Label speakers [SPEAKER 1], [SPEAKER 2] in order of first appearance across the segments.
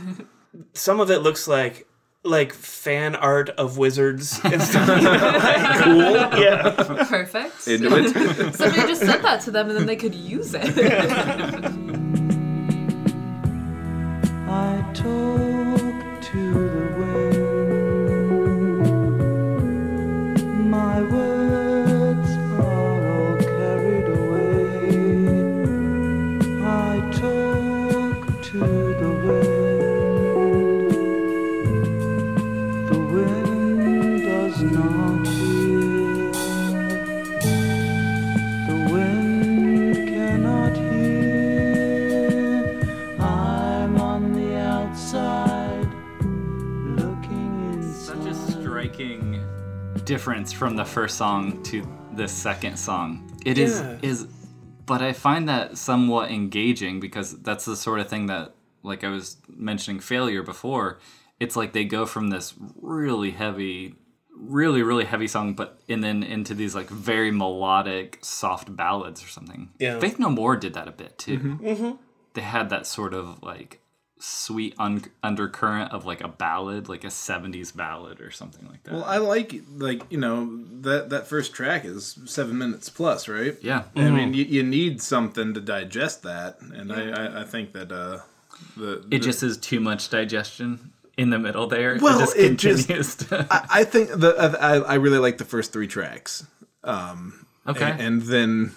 [SPEAKER 1] some of it looks like like fan art of wizards and stuff. Like, cool. Yeah.
[SPEAKER 2] Perfect.
[SPEAKER 3] Into it.
[SPEAKER 2] Somebody just sent that to them, and then they could use it.
[SPEAKER 4] I talk to the wind. My words are all carried away. I talk to the wind. The wind does not hear. The wind cannot hear. I'm on the outside looking inside.
[SPEAKER 5] Such a striking difference from the first song to the second song. It is
[SPEAKER 1] Yeah.
[SPEAKER 5] is but I find that somewhat engaging because that's the sort of thing that like I was mentioning failure before. It's like they go from this really heavy really really heavy song but and then into these like very melodic soft ballads or something.
[SPEAKER 1] Yeah. Mm-hmm.
[SPEAKER 5] Faith No More did that a bit too. They had that sort of like sweet un- undercurrent of like a ballad, like a 70s ballad or something like that.
[SPEAKER 3] Well, I like like you know that that first track is seven minutes plus, right?
[SPEAKER 5] yeah.
[SPEAKER 3] I mean, you, you need something to digest that, and I, I, I think that uh, the
[SPEAKER 5] It just is too much digestion. in the middle there.
[SPEAKER 3] Well,
[SPEAKER 5] it just
[SPEAKER 3] it just-
[SPEAKER 5] continues. to-
[SPEAKER 3] I, I think the I, I really like the first three tracks,
[SPEAKER 5] okay.
[SPEAKER 3] and, and then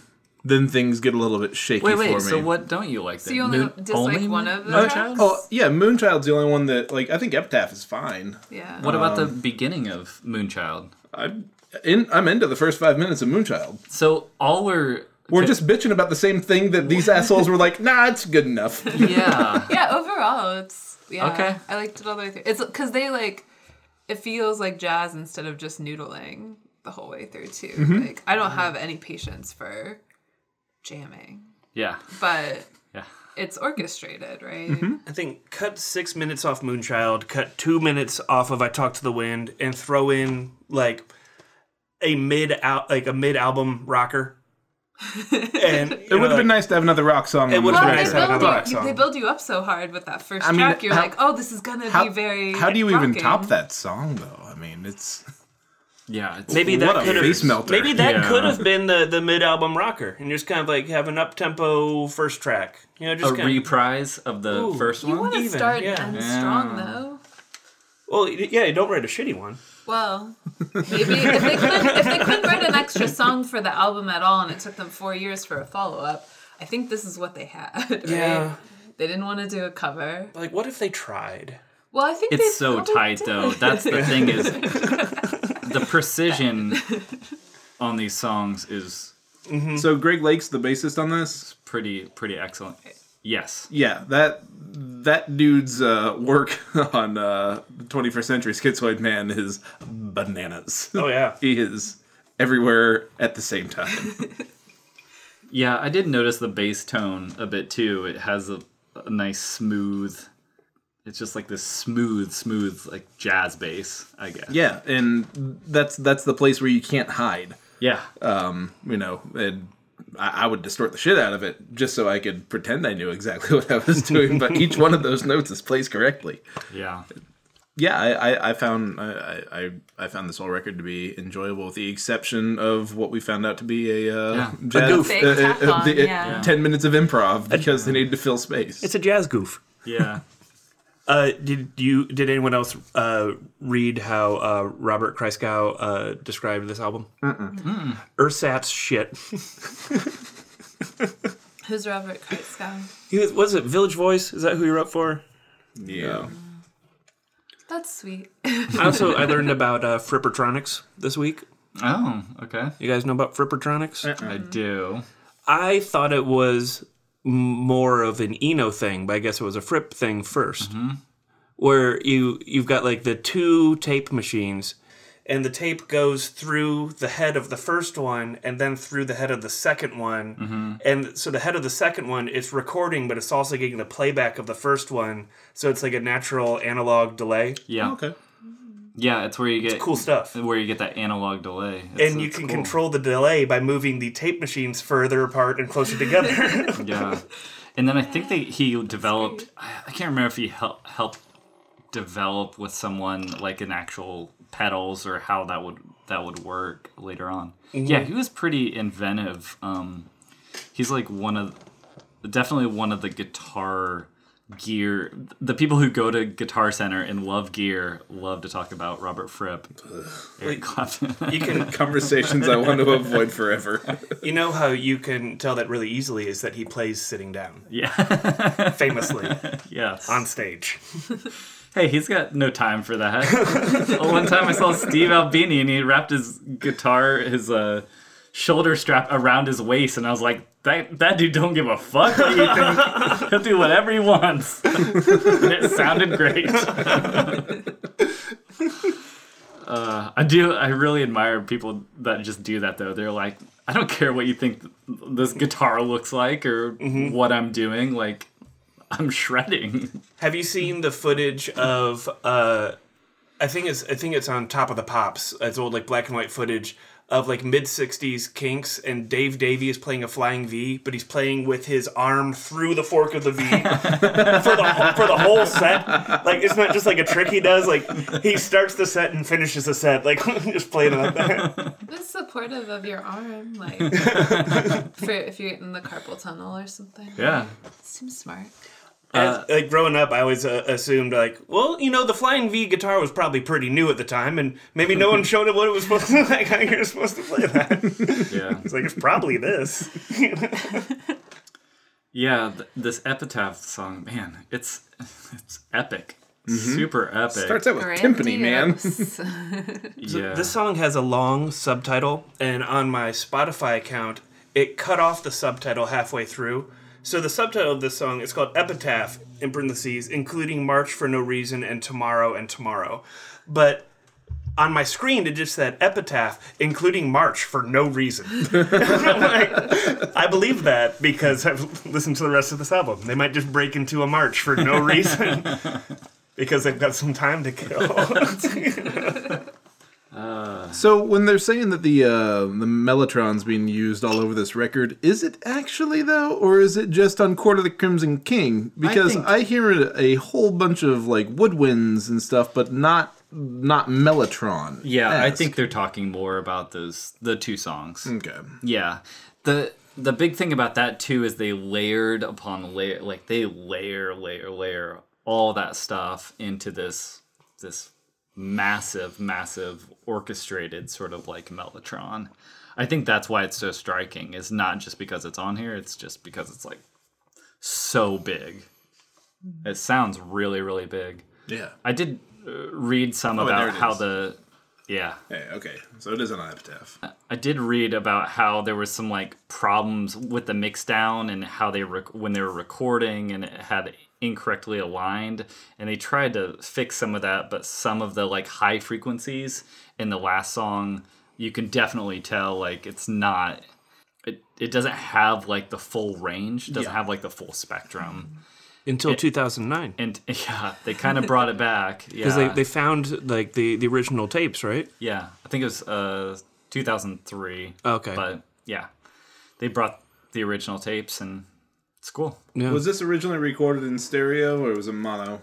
[SPEAKER 3] then things get a little bit shaky
[SPEAKER 5] wait, wait.
[SPEAKER 3] for me.
[SPEAKER 5] So what don't you like? So
[SPEAKER 2] you only dislike one of the tracks?
[SPEAKER 3] Oh yeah, Moonchild's the only one that like I think Epitaph is fine.
[SPEAKER 2] Yeah.
[SPEAKER 5] What about the beginning of Moonchild?
[SPEAKER 3] I'm in. I'm into the first five minutes of Moonchild.
[SPEAKER 5] So all we're
[SPEAKER 3] We're just bitching about the same thing that these assholes were like. Nah, it's good enough.
[SPEAKER 5] yeah.
[SPEAKER 2] yeah, overall, it's yeah.
[SPEAKER 5] Okay.
[SPEAKER 2] I liked it all the way through. It's because they like it feels like jazz instead of just noodling the whole way through too. Like I don't have any patience for jamming,
[SPEAKER 5] yeah.
[SPEAKER 2] but
[SPEAKER 5] Yeah.
[SPEAKER 2] it's orchestrated, right?
[SPEAKER 1] I think cut six minutes off Moonchild, cut two minutes off of I Talk to the Wind, and throw in like a mid out like a mid album rocker. and
[SPEAKER 3] It would have been nice to have another rock song. It
[SPEAKER 1] would've
[SPEAKER 2] Well,
[SPEAKER 1] been
[SPEAKER 2] they
[SPEAKER 1] nice to have
[SPEAKER 2] build,
[SPEAKER 1] another rock
[SPEAKER 2] you, you- they build you up so hard with that first
[SPEAKER 3] I mean,
[SPEAKER 2] track. You're
[SPEAKER 3] how-
[SPEAKER 2] like, oh, this is gonna
[SPEAKER 3] How,
[SPEAKER 2] be very.
[SPEAKER 3] how do you even
[SPEAKER 2] rocking.
[SPEAKER 3] top that song though? I mean, it's
[SPEAKER 5] Yeah. It's,
[SPEAKER 1] Maybe
[SPEAKER 3] what
[SPEAKER 1] that
[SPEAKER 3] a
[SPEAKER 1] could
[SPEAKER 3] face
[SPEAKER 1] have
[SPEAKER 3] melter.
[SPEAKER 1] maybe that
[SPEAKER 5] Yeah.
[SPEAKER 1] could have been the, the mid album rocker, and just kind of like have an up tempo first track, you know,
[SPEAKER 5] a
[SPEAKER 1] just kind of,
[SPEAKER 5] reprise of the
[SPEAKER 1] Ooh,
[SPEAKER 5] first
[SPEAKER 2] You
[SPEAKER 5] one.
[SPEAKER 2] want to
[SPEAKER 1] Even,
[SPEAKER 2] start
[SPEAKER 1] yeah.
[SPEAKER 2] and
[SPEAKER 5] Yeah.
[SPEAKER 2] strong though.
[SPEAKER 1] well, yeah, don't write a shitty one.
[SPEAKER 2] Well, maybe if they couldn't if they couldn't write an extra song for the album at all, and it took them four years for a follow up, I think this is what they had. Right?
[SPEAKER 1] Yeah.
[SPEAKER 2] they didn't want to do a cover.
[SPEAKER 1] Like, what if they tried?
[SPEAKER 2] Well, I think
[SPEAKER 5] It's
[SPEAKER 2] they
[SPEAKER 5] so
[SPEAKER 2] probably
[SPEAKER 5] tight
[SPEAKER 2] did.
[SPEAKER 5] though. That's the thing is the precision on these songs is
[SPEAKER 3] so Greg Lake's the bassist on this.
[SPEAKER 5] pretty pretty excellent. Yes.
[SPEAKER 3] Yeah, that that dude's uh, work on uh, the 21st Century Schizoid Man is bananas.
[SPEAKER 1] Oh yeah,
[SPEAKER 3] he is everywhere at the same time.
[SPEAKER 5] Yeah, I did notice the bass tone a bit too. It has a, a nice smooth it's just like this smooth, smooth like jazz bass, I guess.
[SPEAKER 3] yeah, and that's that's the place where you can't hide.
[SPEAKER 5] Yeah.
[SPEAKER 3] You know, and I, I would distort the shit out of it just so I could pretend I knew exactly what I was doing. but each one of those notes is placed correctly.
[SPEAKER 5] yeah.
[SPEAKER 3] yeah, I, I, I found I, I, I- I found this whole record to be enjoyable, with the exception of what we found out to be a, uh,
[SPEAKER 5] Yeah.
[SPEAKER 3] jazz-
[SPEAKER 1] A goof.
[SPEAKER 2] Big tap-on, yeah. Yeah.
[SPEAKER 3] ten minutes of improv because they needed to fill space.
[SPEAKER 1] it's a jazz goof.
[SPEAKER 5] Yeah.
[SPEAKER 1] Uh, did you did anyone else uh, read how uh, Robert Kreisgau uh, described this album? Ersatz shit.
[SPEAKER 2] Who's Robert Kreisgau?
[SPEAKER 1] He was, was it Village Voice? Is that who you're up for?
[SPEAKER 3] yeah,
[SPEAKER 2] That's sweet.
[SPEAKER 1] I also I learned about uh, Frippertronics this week.
[SPEAKER 5] Oh, okay.
[SPEAKER 1] You guys know about Frippertronics?
[SPEAKER 5] I do.
[SPEAKER 1] I thought it was m- more of an Eno thing, but I guess it was a Fripp thing 1st where you you've got like the two tape machines, and the tape goes through the head of the first one, and then through the head of the second one, and so the head of the second one it's recording, but it's also getting the playback of the first one, so it's like a natural analog delay.
[SPEAKER 5] Yeah.
[SPEAKER 3] okay.
[SPEAKER 5] Yeah, it's where you get
[SPEAKER 1] Cool stuff.
[SPEAKER 5] where you get that analog delay. It's-
[SPEAKER 1] And you
[SPEAKER 5] it's
[SPEAKER 1] can
[SPEAKER 5] cool.
[SPEAKER 1] control the delay by moving the tape machines further apart and closer together.
[SPEAKER 5] Yeah, and then I think they he developed. I I can't remember if he help, helped develop with someone like an actual pedals or how that would that would work later on. Yeah, he was pretty inventive. Um, he's like one of definitely one of the guitar gear the people who go to guitar center and love gear love to talk about robert fripp eric clapton
[SPEAKER 1] you can
[SPEAKER 3] Conversations I want to avoid forever.
[SPEAKER 1] You know how you can tell that really easily is that he plays sitting down,
[SPEAKER 5] yeah
[SPEAKER 1] famously
[SPEAKER 5] yes
[SPEAKER 1] on stage.
[SPEAKER 5] Hey, he's got no time for that. Well, One time I saw Steve Albini and he wrapped his guitar, his uh, shoulder strap around his waist, and I was like, that, that dude don't give a fuck what you think. He'll do whatever he wants. and it sounded great. uh, Uh, I do. I really admire people that just do that though. They're like, I don't care what you think this guitar looks like or what I'm doing. Like, I'm shredding.
[SPEAKER 1] Have you seen the footage of? Uh, I think it's I think it's on Top of the Pops. It's old like black and white footage of like mid '60s Kinks and Dave Davey is playing a flying V, but he's playing with his arm through the fork of the V for the whole- for the whole set. Like it's not just like a trick he does. Like he starts the set and finishes the set. Like just playing it like that.
[SPEAKER 2] It's supportive of your arm, like for if you're in the carpal tunnel or something.
[SPEAKER 5] Yeah.
[SPEAKER 2] Seems smart.
[SPEAKER 1] As, like growing up, I always uh, assumed like, well, you know, the Flying V guitar was probably pretty new at the time, and maybe no one showed it what it was supposed to like how you're supposed to play that.
[SPEAKER 5] Yeah.
[SPEAKER 1] it's like it's probably this.
[SPEAKER 5] Yeah, th- this epitaph song, man, it's it's epic, super epic.
[SPEAKER 3] Starts out with timpani, man.
[SPEAKER 2] Grandiose.
[SPEAKER 5] yeah,
[SPEAKER 1] This song has a long subtitle, and on my Spotify account, it cut off the subtitle halfway through. So the subtitle of this song is called Epitaph, in parentheses, including March for No Reason and Tomorrow and Tomorrow. But on my screen, it just said Epitaph, including March for no reason. Like, I believe that because I've listened to the rest of this album. They might just break into a March for no reason because they've got some time to kill.
[SPEAKER 3] So when they're saying that the uh, the mellotron's being used all over this record, is it actually though, or is it just on "Court of the Crimson King"? Because I,
[SPEAKER 5] think-
[SPEAKER 3] hear a, a whole bunch of like woodwinds and stuff, but not not mellotron.
[SPEAKER 5] yeah. I think they're talking more about those the two songs.
[SPEAKER 3] Okay.
[SPEAKER 5] Yeah, the the big thing about that too is they layered upon layer, like they layer, layer, layer all that stuff into this this massive, massive orchestrated sort of like mellotron. I think that's why it's so striking. It's not just because it's on here; it's just because it's like so big.
[SPEAKER 3] Mm-hmm.
[SPEAKER 5] It sounds really, really big.
[SPEAKER 3] Yeah.
[SPEAKER 5] I did uh, read some
[SPEAKER 3] and Oh, there
[SPEAKER 5] about
[SPEAKER 3] it
[SPEAKER 5] how
[SPEAKER 3] is.
[SPEAKER 5] the yeah
[SPEAKER 3] Hey, okay. So it is an epitaph.
[SPEAKER 5] I did read about how there was some like problems with the mix down and how they rec- when they were recording and it had incorrectly aligned and they tried to fix some of that but some of the like high frequencies in the last song you can definitely tell like it's not it, it doesn't have like the full range it doesn't have like the full spectrum
[SPEAKER 1] Until 2009.
[SPEAKER 5] and yeah they kind of brought it back yeah
[SPEAKER 1] Because they, they found like the, the original tapes, right?
[SPEAKER 5] Yeah, I think it was uh 2003.
[SPEAKER 1] Okay.
[SPEAKER 5] But yeah, they brought the original tapes and it's cool.
[SPEAKER 1] Yeah.
[SPEAKER 3] Was this originally recorded in stereo or was it mono?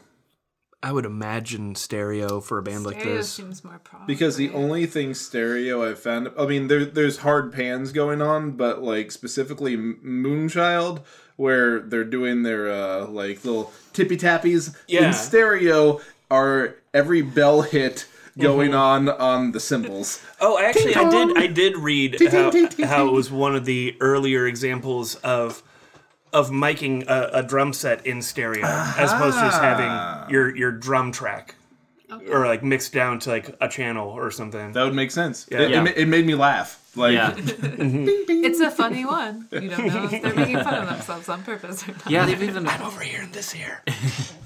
[SPEAKER 1] I would imagine stereo for a band like
[SPEAKER 2] Stereo
[SPEAKER 1] this.
[SPEAKER 2] seems more proper.
[SPEAKER 3] Because the only thing stereo I've found, I mean, there, there's hard pans going on, but like specifically M- Moonchild, where they're doing their uh, like little tippy tappies
[SPEAKER 1] Yeah.
[SPEAKER 3] in stereo, are every bell hit going
[SPEAKER 5] Mm-hmm.
[SPEAKER 3] on on the cymbals.
[SPEAKER 1] Oh, actually, I did. I did read how,
[SPEAKER 3] ting, ting,
[SPEAKER 1] how it was one of the earlier examples of of miking a, a drum set in stereo as opposed to just having your your drum track or like mixed down to like a channel or something.
[SPEAKER 3] That would make sense. It,
[SPEAKER 5] Yeah.
[SPEAKER 3] It, ma- it made me laugh. Like,
[SPEAKER 5] Yeah,
[SPEAKER 2] it's a funny one. You don't know if they're making fun of themselves on purpose or not.
[SPEAKER 5] yeah, they've even
[SPEAKER 1] over here in this year.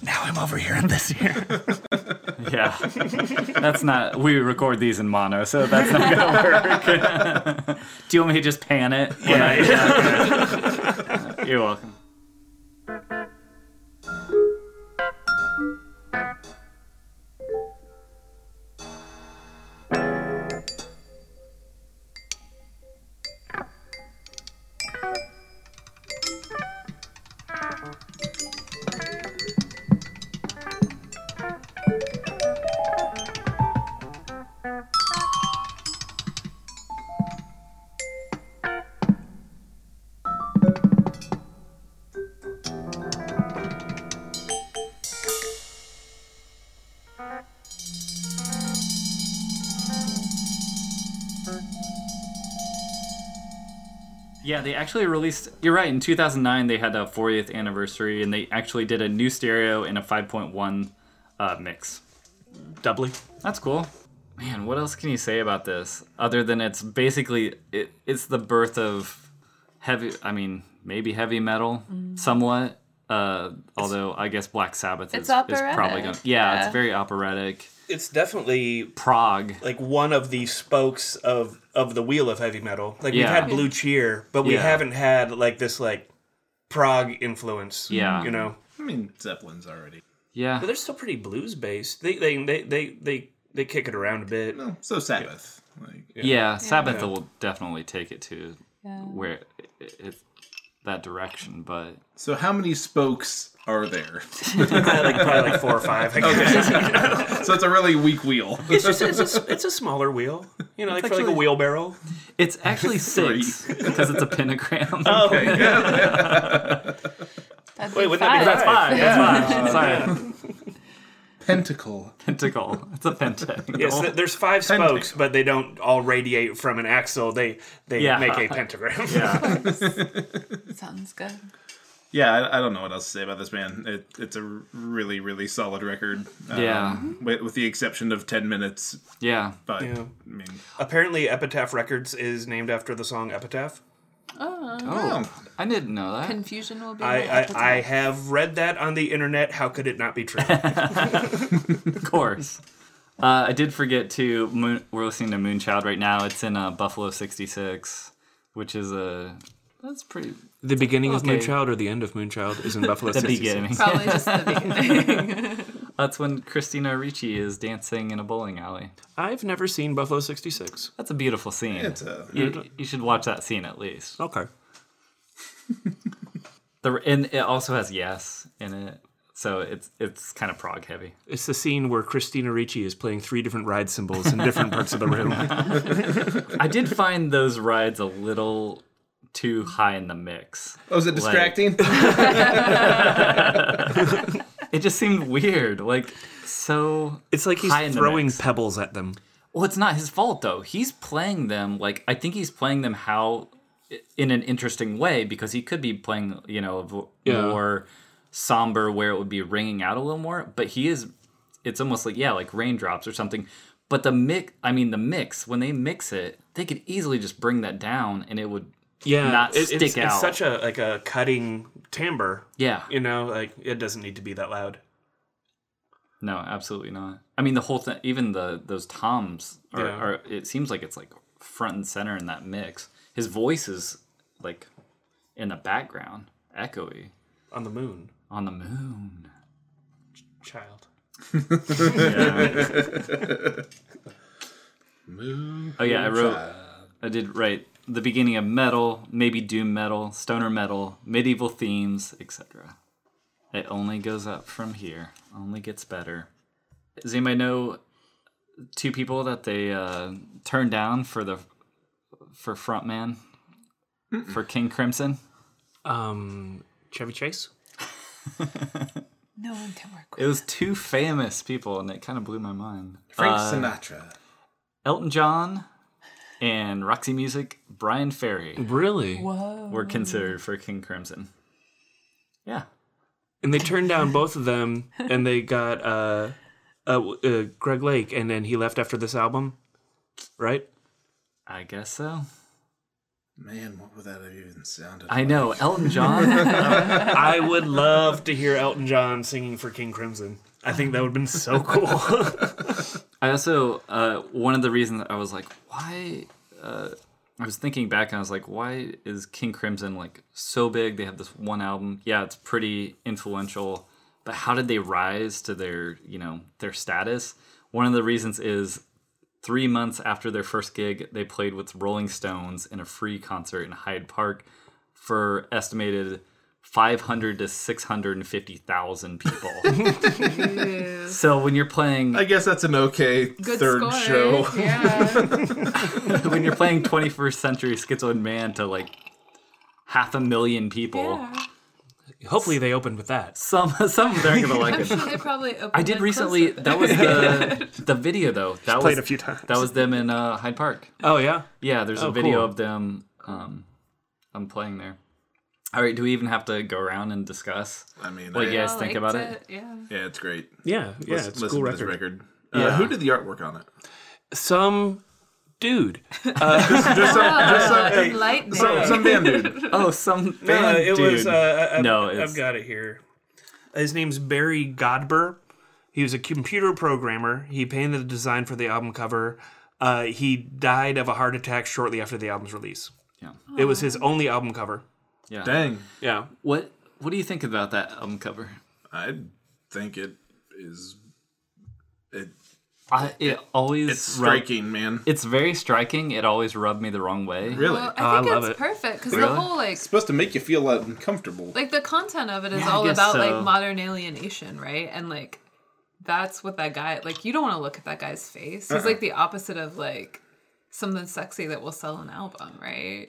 [SPEAKER 1] now I'm over here in this year.
[SPEAKER 5] yeah. That's not. We record these in mono, so that's not gonna work. Do you want me to just pan it? when I- You're welcome. Yeah, they actually released. You're right. In 2009, they had a 40th anniversary, and they actually did a new stereo and a 5.1 uh, mix.
[SPEAKER 1] Doubly.
[SPEAKER 5] That's cool. Man, what else can you say about this other than it's basically it, it's the birth of heavy I mean, maybe heavy metal somewhat. Uh, although I guess Black Sabbath is,
[SPEAKER 2] It's
[SPEAKER 5] is probably
[SPEAKER 2] operatic,
[SPEAKER 5] going yeah,
[SPEAKER 2] yeah.
[SPEAKER 5] it's very operatic.
[SPEAKER 1] It's definitely
[SPEAKER 5] Prague.
[SPEAKER 1] like one of the spokes of of the wheel of heavy metal. Like we've
[SPEAKER 5] Yeah.
[SPEAKER 1] had Blue Cheer, but we
[SPEAKER 5] Yeah.
[SPEAKER 1] haven't had like this like prog influence.
[SPEAKER 5] Yeah.
[SPEAKER 1] you know,
[SPEAKER 3] I mean, Zeppelin's already.
[SPEAKER 5] Yeah.
[SPEAKER 1] but they're still pretty blues based. They they they they they, they kick it around a bit.
[SPEAKER 3] No, so Sabbath. Like,
[SPEAKER 5] Yeah, Sabbath will definitely take it to where it, it, that direction, but
[SPEAKER 3] So, how many spokes are there?
[SPEAKER 1] like probably like four or five. I guess.
[SPEAKER 3] so, it's a really weak wheel.
[SPEAKER 1] it's just it's a, it's a smaller wheel. You know, like for like
[SPEAKER 5] actually-
[SPEAKER 1] a wheelbarrow.
[SPEAKER 5] it's actually
[SPEAKER 3] Three. Oh,
[SPEAKER 5] six because it's a pentagram.
[SPEAKER 1] Oh,
[SPEAKER 2] That's I
[SPEAKER 1] Wait,
[SPEAKER 2] think
[SPEAKER 1] wouldn't that be
[SPEAKER 5] That's
[SPEAKER 1] Right.
[SPEAKER 5] five. That's
[SPEAKER 1] Yeah.
[SPEAKER 5] five. Sorry.
[SPEAKER 3] Pentacle.
[SPEAKER 5] Pentacle. It's a pentacle.
[SPEAKER 1] Yes, th- there's five
[SPEAKER 3] Pentacle.
[SPEAKER 1] spokes, but they don't all radiate from an axle. They they
[SPEAKER 5] Yeah.
[SPEAKER 1] make a pentagram.
[SPEAKER 5] yeah.
[SPEAKER 2] Sounds good.
[SPEAKER 3] Yeah, I, I don't know what else to say about this man. It, it's a really, really solid record. Um,
[SPEAKER 5] Yeah.
[SPEAKER 3] With, with the exception of 10 minutes,
[SPEAKER 5] Yeah.
[SPEAKER 3] but
[SPEAKER 1] Yeah.
[SPEAKER 3] I mean,
[SPEAKER 1] Apparently, Epitaph Records is named after the song Epitaph.
[SPEAKER 5] Oh, I didn't know that.
[SPEAKER 2] Confusion will be.
[SPEAKER 5] Oh,
[SPEAKER 1] I,
[SPEAKER 2] my appetite.
[SPEAKER 1] I, I have read that on the internet. How could it not be true?
[SPEAKER 5] Of course. Uh, I did forget to. Moon, we're listening to Moonchild right now. It's in uh, Buffalo '66, which is a. That's pretty.
[SPEAKER 1] the beginning
[SPEAKER 5] of Okay. Moonchild
[SPEAKER 1] or the end of Moonchild is in Buffalo
[SPEAKER 5] The beginning.
[SPEAKER 2] Probably just the beginning.
[SPEAKER 5] That's when Christina Ricci is dancing in a bowling alley.
[SPEAKER 1] I've never seen Buffalo 66.
[SPEAKER 5] That's a beautiful scene.
[SPEAKER 3] it's a.
[SPEAKER 5] you, you should watch that scene at least.
[SPEAKER 1] Okay.
[SPEAKER 5] The and it also has yes in it, so it's it's kind of prog heavy.
[SPEAKER 1] It's the scene where Christina Ricci is playing three different ride cymbals in different parts of the room.
[SPEAKER 5] I did find those rides a little too high in the mix.
[SPEAKER 3] Oh, is it distracting?
[SPEAKER 5] It just seemed weird, like so.
[SPEAKER 1] It's like he's
[SPEAKER 5] High in the
[SPEAKER 1] throwing
[SPEAKER 5] mix.
[SPEAKER 1] pebbles at them.
[SPEAKER 5] Well, it's not his fault though. He's playing them like I think he's playing them how in an interesting way because he could be playing you know a vo-
[SPEAKER 1] Yeah.
[SPEAKER 5] more somber where it would be ringing out a little more. But he is. It's almost like yeah, like raindrops or something. But the mix, I mean the mix, when they mix it, they could easily just bring that down and it would
[SPEAKER 1] Yeah,
[SPEAKER 5] not
[SPEAKER 1] it-
[SPEAKER 5] stick
[SPEAKER 1] it's,
[SPEAKER 5] out.
[SPEAKER 1] It's such a like a cutting timbre.
[SPEAKER 5] yeah.
[SPEAKER 1] You know, like it doesn't need to be that loud.
[SPEAKER 5] No, absolutely not. I mean, the whole thing, even the those toms, are,
[SPEAKER 1] Yeah.
[SPEAKER 5] are it seems like it's like front and center in that mix. His voice is like in the background, echoey
[SPEAKER 1] On the moon,
[SPEAKER 5] on the moon.
[SPEAKER 1] child.
[SPEAKER 5] Oh yeah, I wrote, I did write the beginning of metal, maybe doom metal, stoner metal, medieval themes, etc. It only goes up from here. Only gets better. Does anybody know two people that they uh, turned down for the for frontman for King Crimson?
[SPEAKER 1] Um, Chevy Chase.
[SPEAKER 2] no one can work with
[SPEAKER 5] It was two famous people, and it kind of blew my mind.
[SPEAKER 3] Frank Sinatra.
[SPEAKER 5] Elton John and Roxy Music, Brian Ferry
[SPEAKER 1] Really?
[SPEAKER 5] were considered for King Crimson. Yeah.
[SPEAKER 1] And they turned down both of them, and they got uh, uh, uh, Greg Lake, and then he left after this album, right?
[SPEAKER 5] I guess so.
[SPEAKER 3] Man, what would that have even sounded
[SPEAKER 5] I know Elton John.
[SPEAKER 1] I would love to hear Elton John singing for King Crimson. I think that would have been so cool.
[SPEAKER 5] I also uh, one of the reasons I was like, why? Uh, I was thinking back and I was like, why is King Crimson like so big? They have this one album. Yeah, it's pretty influential, but how did they rise to their you know their status? One of the reasons is three months after their first gig, they played with Rolling Stones in a free concert in Hyde Park for estimated. 500 to 650,000 people. so when you're playing
[SPEAKER 3] I guess that's an okay
[SPEAKER 2] Good
[SPEAKER 3] third
[SPEAKER 2] score.
[SPEAKER 3] show.
[SPEAKER 2] Yeah.
[SPEAKER 5] when you're playing 21st century schizoid man to like half a million people
[SPEAKER 2] yeah.
[SPEAKER 1] Hopefully, they opened with that.
[SPEAKER 5] some some of them are gonna like
[SPEAKER 2] I'm
[SPEAKER 5] it
[SPEAKER 2] sure they probably opened
[SPEAKER 5] i did
[SPEAKER 2] it
[SPEAKER 5] recently
[SPEAKER 2] closer.
[SPEAKER 5] that was the the video though that was
[SPEAKER 1] played a few times.
[SPEAKER 5] that was them in uh hyde park
[SPEAKER 1] Oh yeah,
[SPEAKER 5] yeah there's
[SPEAKER 1] Oh,
[SPEAKER 5] a video
[SPEAKER 1] cool.
[SPEAKER 5] of them um i'm playing there all right do we even have to go around and discuss
[SPEAKER 3] I mean,
[SPEAKER 5] Well,
[SPEAKER 3] I-
[SPEAKER 5] yeah.
[SPEAKER 2] I
[SPEAKER 5] guys think
[SPEAKER 2] liked
[SPEAKER 5] about it?
[SPEAKER 2] Oh, Yeah.
[SPEAKER 3] yeah, it's great.
[SPEAKER 1] yeah, yeah.
[SPEAKER 3] Let's
[SPEAKER 1] it's a
[SPEAKER 3] listen
[SPEAKER 1] cool
[SPEAKER 3] to this
[SPEAKER 1] record.
[SPEAKER 3] record. Uh,
[SPEAKER 5] Yeah.
[SPEAKER 3] Who did the artwork on it?
[SPEAKER 1] Some dude.
[SPEAKER 3] Just some,
[SPEAKER 2] Oh,
[SPEAKER 3] just some, hey,
[SPEAKER 2] Enlightening.
[SPEAKER 3] some, some band dude.
[SPEAKER 5] oh some
[SPEAKER 1] No,
[SPEAKER 5] band
[SPEAKER 1] it
[SPEAKER 5] dude.
[SPEAKER 1] was. Uh, I,
[SPEAKER 5] No,
[SPEAKER 1] no,
[SPEAKER 5] it's-
[SPEAKER 1] I've got it here. His name's Barry Godber. He was a computer programmer. He painted the design for the album cover. Uh, he died of a heart attack shortly after the album's release.
[SPEAKER 5] yeah.
[SPEAKER 1] It was his only album cover.
[SPEAKER 5] yeah
[SPEAKER 3] Dang.
[SPEAKER 1] Yeah,
[SPEAKER 5] what what do you think about that album cover
[SPEAKER 3] I think it is. It,
[SPEAKER 5] I, it always
[SPEAKER 3] it's
[SPEAKER 5] rub-
[SPEAKER 3] striking, man.
[SPEAKER 5] it's very striking it always rubbed me the wrong way
[SPEAKER 3] really.
[SPEAKER 2] Well,
[SPEAKER 1] Oh, I
[SPEAKER 2] I think
[SPEAKER 1] love
[SPEAKER 2] it's
[SPEAKER 1] it.
[SPEAKER 2] perfect because
[SPEAKER 5] Really?
[SPEAKER 2] the whole like
[SPEAKER 3] supposed to make you feel like, uncomfortable.
[SPEAKER 2] like the content of it is
[SPEAKER 5] Yeah, I
[SPEAKER 2] all
[SPEAKER 5] guess
[SPEAKER 2] about
[SPEAKER 5] so.
[SPEAKER 2] like modern alienation, right? And like that's what that guy like you don't want to look at that guy's face. He's like the opposite of like something sexy that will sell an album, right?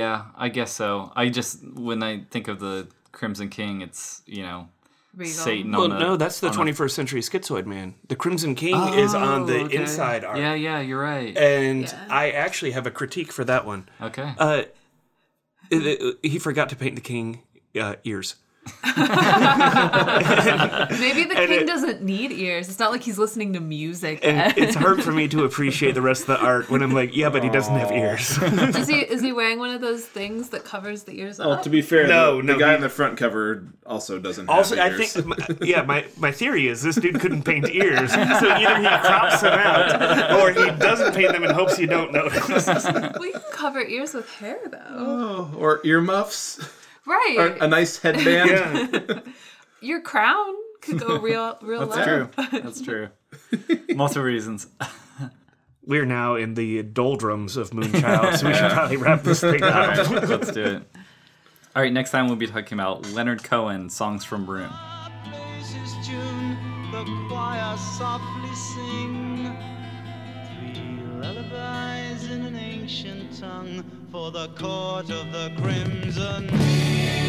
[SPEAKER 5] Yeah, I guess so. I just when I think of the Crimson King, it's you know
[SPEAKER 2] Regal.
[SPEAKER 5] Satan
[SPEAKER 1] Well,
[SPEAKER 5] on the
[SPEAKER 1] Oh, no, that's the
[SPEAKER 5] on
[SPEAKER 1] 21st century schizoid man. The Crimson King is on the
[SPEAKER 5] Oh, okay.
[SPEAKER 1] inside art.
[SPEAKER 5] Yeah, yeah, you're right.
[SPEAKER 1] And
[SPEAKER 2] Yeah.
[SPEAKER 1] I actually have a critique for that one.
[SPEAKER 5] okay.
[SPEAKER 1] Eh, Uh, it- it- he forgot to paint the king uh, ears.
[SPEAKER 2] Maybe the
[SPEAKER 1] And
[SPEAKER 2] king
[SPEAKER 1] it-
[SPEAKER 2] doesn't need ears. It's not like he's listening to music.
[SPEAKER 1] And it's hard for me to appreciate the rest of the art when I'm like, yeah, but he doesn't have ears.
[SPEAKER 2] is he is he wearing one of those things that covers the ears
[SPEAKER 3] Well,
[SPEAKER 2] up?
[SPEAKER 3] to be fair,
[SPEAKER 1] No,
[SPEAKER 3] the,
[SPEAKER 1] no,
[SPEAKER 3] the guy
[SPEAKER 1] he-
[SPEAKER 3] on the front cover also doesn't.
[SPEAKER 1] also,
[SPEAKER 3] have
[SPEAKER 1] I
[SPEAKER 3] ears.
[SPEAKER 1] think, my, yeah, my, my theory is this dude couldn't paint ears. So either he crops them out or he doesn't paint them and hopes you don't notice.
[SPEAKER 2] we can cover ears with hair though,
[SPEAKER 3] Oh, or earmuffs,
[SPEAKER 2] right?
[SPEAKER 3] or a nice headband.
[SPEAKER 1] Yeah.
[SPEAKER 2] Your crown could go real real low.
[SPEAKER 5] That's true. That's true. Multiple reasons.
[SPEAKER 1] We're now in the doldrums of Moonchild, so we should probably wrap this thing up.
[SPEAKER 5] Let's do it. All right, next time we'll be talking about Leonard Cohen songs from Room.
[SPEAKER 6] praises tune, the choir softly sing. Three lullabies in an ancient tongue for the court of the crimson. King.